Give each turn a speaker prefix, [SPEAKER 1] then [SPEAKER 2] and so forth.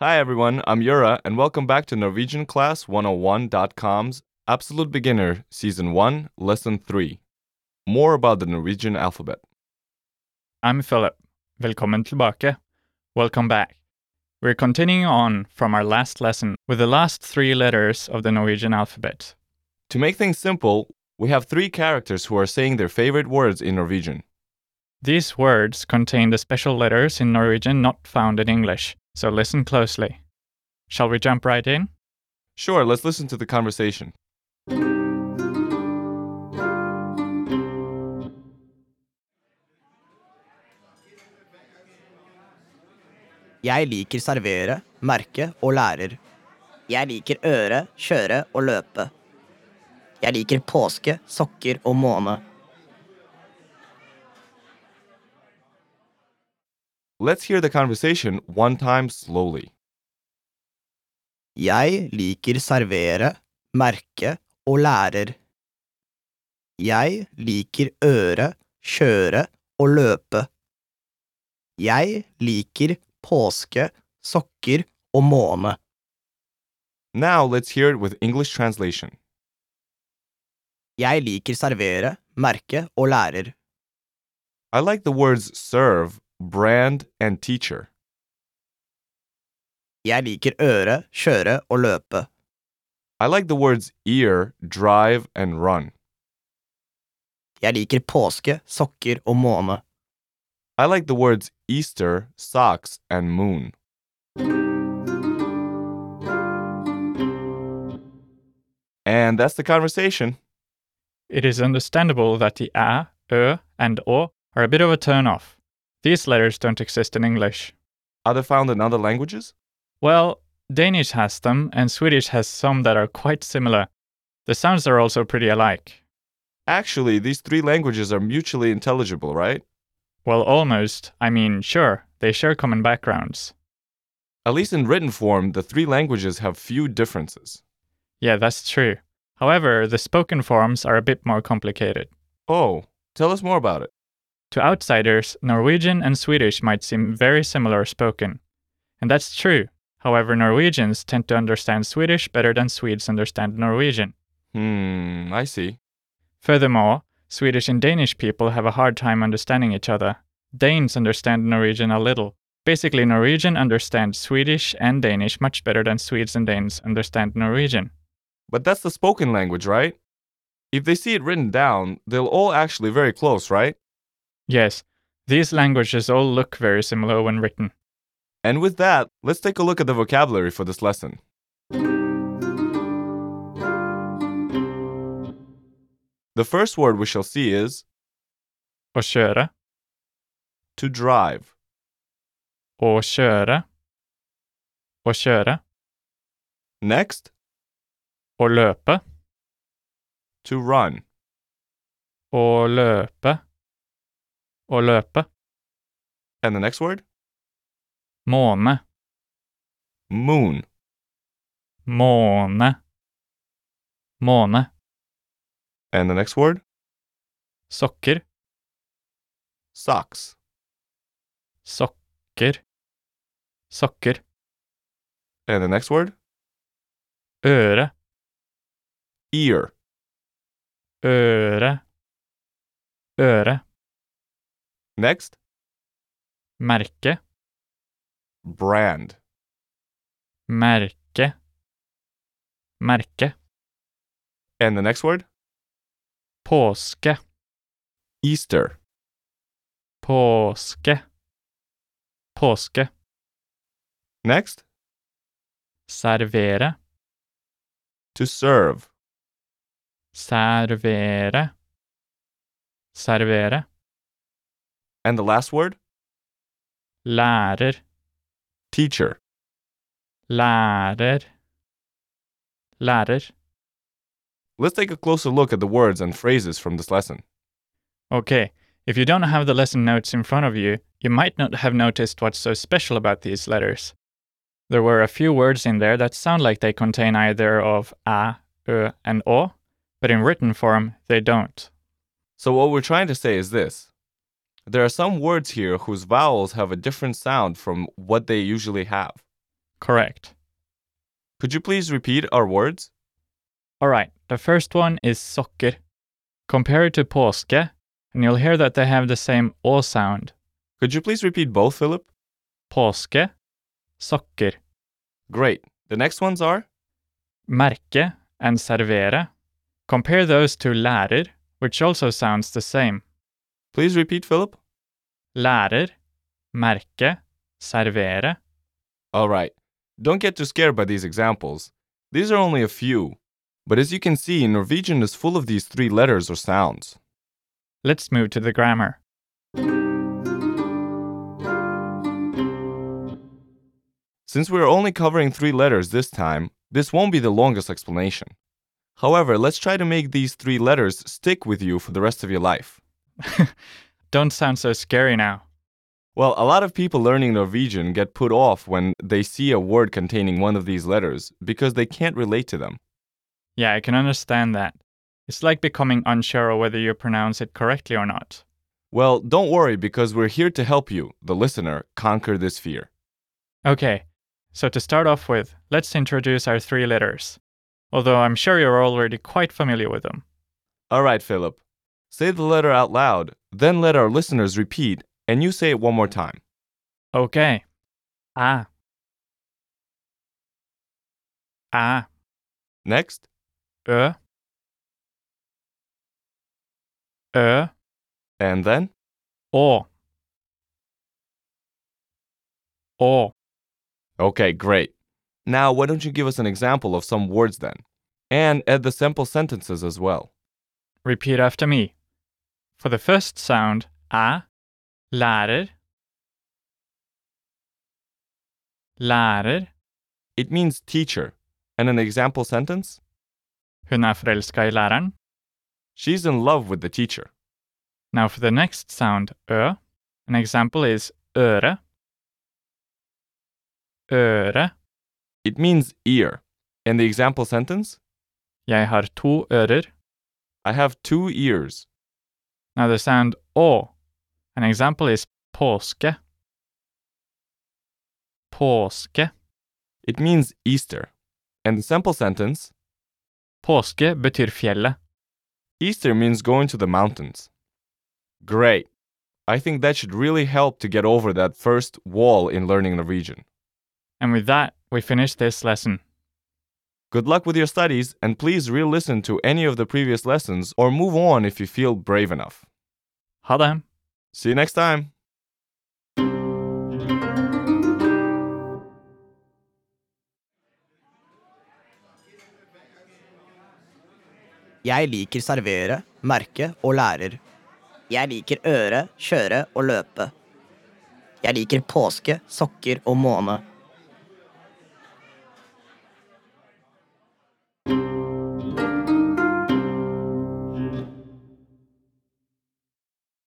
[SPEAKER 1] Hi everyone, I'm Yura, and welcome back to NorwegianClass101.com's Absolute Beginner, Season 1, Lesson 3. More about the Norwegian alphabet.
[SPEAKER 2] I'm Philip. Velkommen tilbake. Welcome back. We're continuing on from our last lesson with the last three letters of the Norwegian alphabet.
[SPEAKER 1] To make things simple, we have three characters who are saying their favorite words in Norwegian.
[SPEAKER 2] These words contain the special letters in Norwegian not found in English, so listen closely. Shall we jump right in?
[SPEAKER 1] Sure, let's listen to the conversation.
[SPEAKER 3] Jeg liker servere, merke og lærer. Jeg liker øre, kjøre og løpe. Jeg liker påske, sokker og måne.
[SPEAKER 1] Let's hear the conversation one time slowly.
[SPEAKER 3] Jeg liker servere, merke og lærer. Jeg liker øre, kjøre og løpe. Jeg liker påske, sokker og måne.
[SPEAKER 1] Now let's hear it with English translation.
[SPEAKER 3] Jeg liker servere, merke og lærer.
[SPEAKER 1] I like the words serve, brand, and teacher.
[SPEAKER 3] Jeg liker øre, kjøre og løpe.
[SPEAKER 1] I like the words ear, drive, and run.
[SPEAKER 3] Jeg liker påske, sokker og måne.
[SPEAKER 1] I like the words Easter, socks, and moon. And that's the conversation.
[SPEAKER 2] It is understandable that the a, ö, and o are a bit of a turn-off. These letters don't exist in English.
[SPEAKER 1] Are they found in other languages?
[SPEAKER 2] Well, Danish has them, and Swedish has some that are quite similar. The sounds are also pretty alike.
[SPEAKER 1] Actually, these three languages are mutually intelligible, right?
[SPEAKER 2] Well, almost. I mean, sure, they share common backgrounds.
[SPEAKER 1] At least in written form, the three languages have few differences.
[SPEAKER 2] Yeah, that's true. However, the spoken forms are a bit more complicated.
[SPEAKER 1] Oh, tell us more about it.
[SPEAKER 2] To outsiders, Norwegian and Swedish might seem very similar spoken. And that's true. However, Norwegians tend to understand Swedish better than Swedes understand Norwegian.
[SPEAKER 1] Hmm, I see.
[SPEAKER 2] Furthermore, Swedish and Danish people have a hard time understanding each other. Danes understand Norwegian a little. Basically, Norwegian understands Swedish and Danish much better than Swedes and Danes understand Norwegian.
[SPEAKER 1] But that's the spoken language, right? If they see it written down, they'll all actually very close, right?
[SPEAKER 2] Yes, these languages all look very similar when written.
[SPEAKER 1] And with that, let's take a look at the vocabulary for this lesson. The first word we shall see is
[SPEAKER 2] Å kjøre,
[SPEAKER 1] to drive,
[SPEAKER 2] å kjøre, å kjøre,
[SPEAKER 1] next,
[SPEAKER 2] å løpe,
[SPEAKER 1] to run,
[SPEAKER 2] å løpe, å løpe,
[SPEAKER 1] and the next word,
[SPEAKER 2] måne,
[SPEAKER 1] moon.
[SPEAKER 2] måne, måne,
[SPEAKER 1] And the next word,
[SPEAKER 2] sokker,
[SPEAKER 1] socks.
[SPEAKER 2] sokker, sokker,
[SPEAKER 1] And the next word,
[SPEAKER 2] øre,
[SPEAKER 1] ear.
[SPEAKER 2] øre, øre,
[SPEAKER 1] Next,
[SPEAKER 2] merke,
[SPEAKER 1] brand.
[SPEAKER 2] merke, merke,
[SPEAKER 1] And the next word,
[SPEAKER 2] påske,
[SPEAKER 1] Easter.
[SPEAKER 2] påske, påske,
[SPEAKER 1] Next,
[SPEAKER 2] servere,
[SPEAKER 1] to serve,
[SPEAKER 2] servere, servere,
[SPEAKER 1] and the last word,
[SPEAKER 2] lærer,
[SPEAKER 1] teacher.
[SPEAKER 2] lærer, lærer.
[SPEAKER 1] Let's take a closer look at the words and phrases from this lesson.
[SPEAKER 2] Okay, if you don't have the lesson notes in front of you, you might not have noticed what's so special about these letters. There were a few words in there that sound like they contain either of a, ö, and o, but in written form, they don't.
[SPEAKER 1] So, what we're trying to say is this there are some words here whose vowels have a different sound from what they usually have.
[SPEAKER 2] Correct.
[SPEAKER 1] Could you please repeat our words?
[SPEAKER 2] All right, the first one is socker. Compare it to påske, and you'll hear that they have the same å sound.
[SPEAKER 1] Could you please repeat both, Philip?
[SPEAKER 2] Påske, sokker.
[SPEAKER 1] Great. The next ones are
[SPEAKER 2] merke and servere. Compare those to lærer, which also sounds the same.
[SPEAKER 1] please repeat, Philip.
[SPEAKER 2] Lærer, merke, servere.
[SPEAKER 1] All right. Don't get too scared by these examples. These are only a few. But as you can see, Norwegian is full of these three letters or sounds.
[SPEAKER 2] Let's move to the grammar.
[SPEAKER 1] Since we are only covering three letters this time, this won't be the longest explanation. However, let's try to make these three letters stick with you for the rest of your life.
[SPEAKER 2] Don't sound so scary now.
[SPEAKER 1] Well, a lot of people learning Norwegian get put off when they see a word containing one of these letters because they can't relate to them.
[SPEAKER 2] Yeah, I can understand that. It's like becoming unsure of whether you pronounce it correctly or not.
[SPEAKER 1] Well, don't worry because we're here to help you, the listener, conquer this fear.
[SPEAKER 2] Okay, so to start off with, let's introduce our three letters, although I'm sure you're already quite familiar with them.
[SPEAKER 1] All right, Philip. Say the letter out loud, then let our listeners repeat, and you say it one more time.
[SPEAKER 2] Okay. Ah. Ah.
[SPEAKER 1] Next,
[SPEAKER 2] Ö. Ö.
[SPEAKER 1] and then,
[SPEAKER 2] Å. Å.
[SPEAKER 1] Okay, great. Now, why don't you give us an example of some words then? And add the sample sentences as well.
[SPEAKER 2] Repeat after me. For the first sound, a, lærer, lærer,
[SPEAKER 1] It means teacher. And an example sentence?
[SPEAKER 2] hun er forelska i læreren.
[SPEAKER 1] She's in love with the teacher.
[SPEAKER 2] Now for the next sound, ø, an example is øre, øre,
[SPEAKER 1] It means ear. And the example sentence?
[SPEAKER 2] jeg har to ører.
[SPEAKER 1] I have two ears.
[SPEAKER 2] Now the sound å, an example is påske, påske.
[SPEAKER 1] It means Easter. And the sample sentence?
[SPEAKER 2] Påske betyr fjellet.
[SPEAKER 1] Easter means going to the mountains. Great. I think that should really help to get over that first wall in learning Norwegian.
[SPEAKER 2] And with that, we finish this lesson.
[SPEAKER 1] Good luck with your studies, and please re listen to any of the previous lessons or move on if you feel brave enough.
[SPEAKER 2] Ha det!
[SPEAKER 1] See you next time!
[SPEAKER 3] Jeg liker servere, merke og lærer. Jeg liker øre, kjøre og løpe. Jeg liker påske, sokker og måne.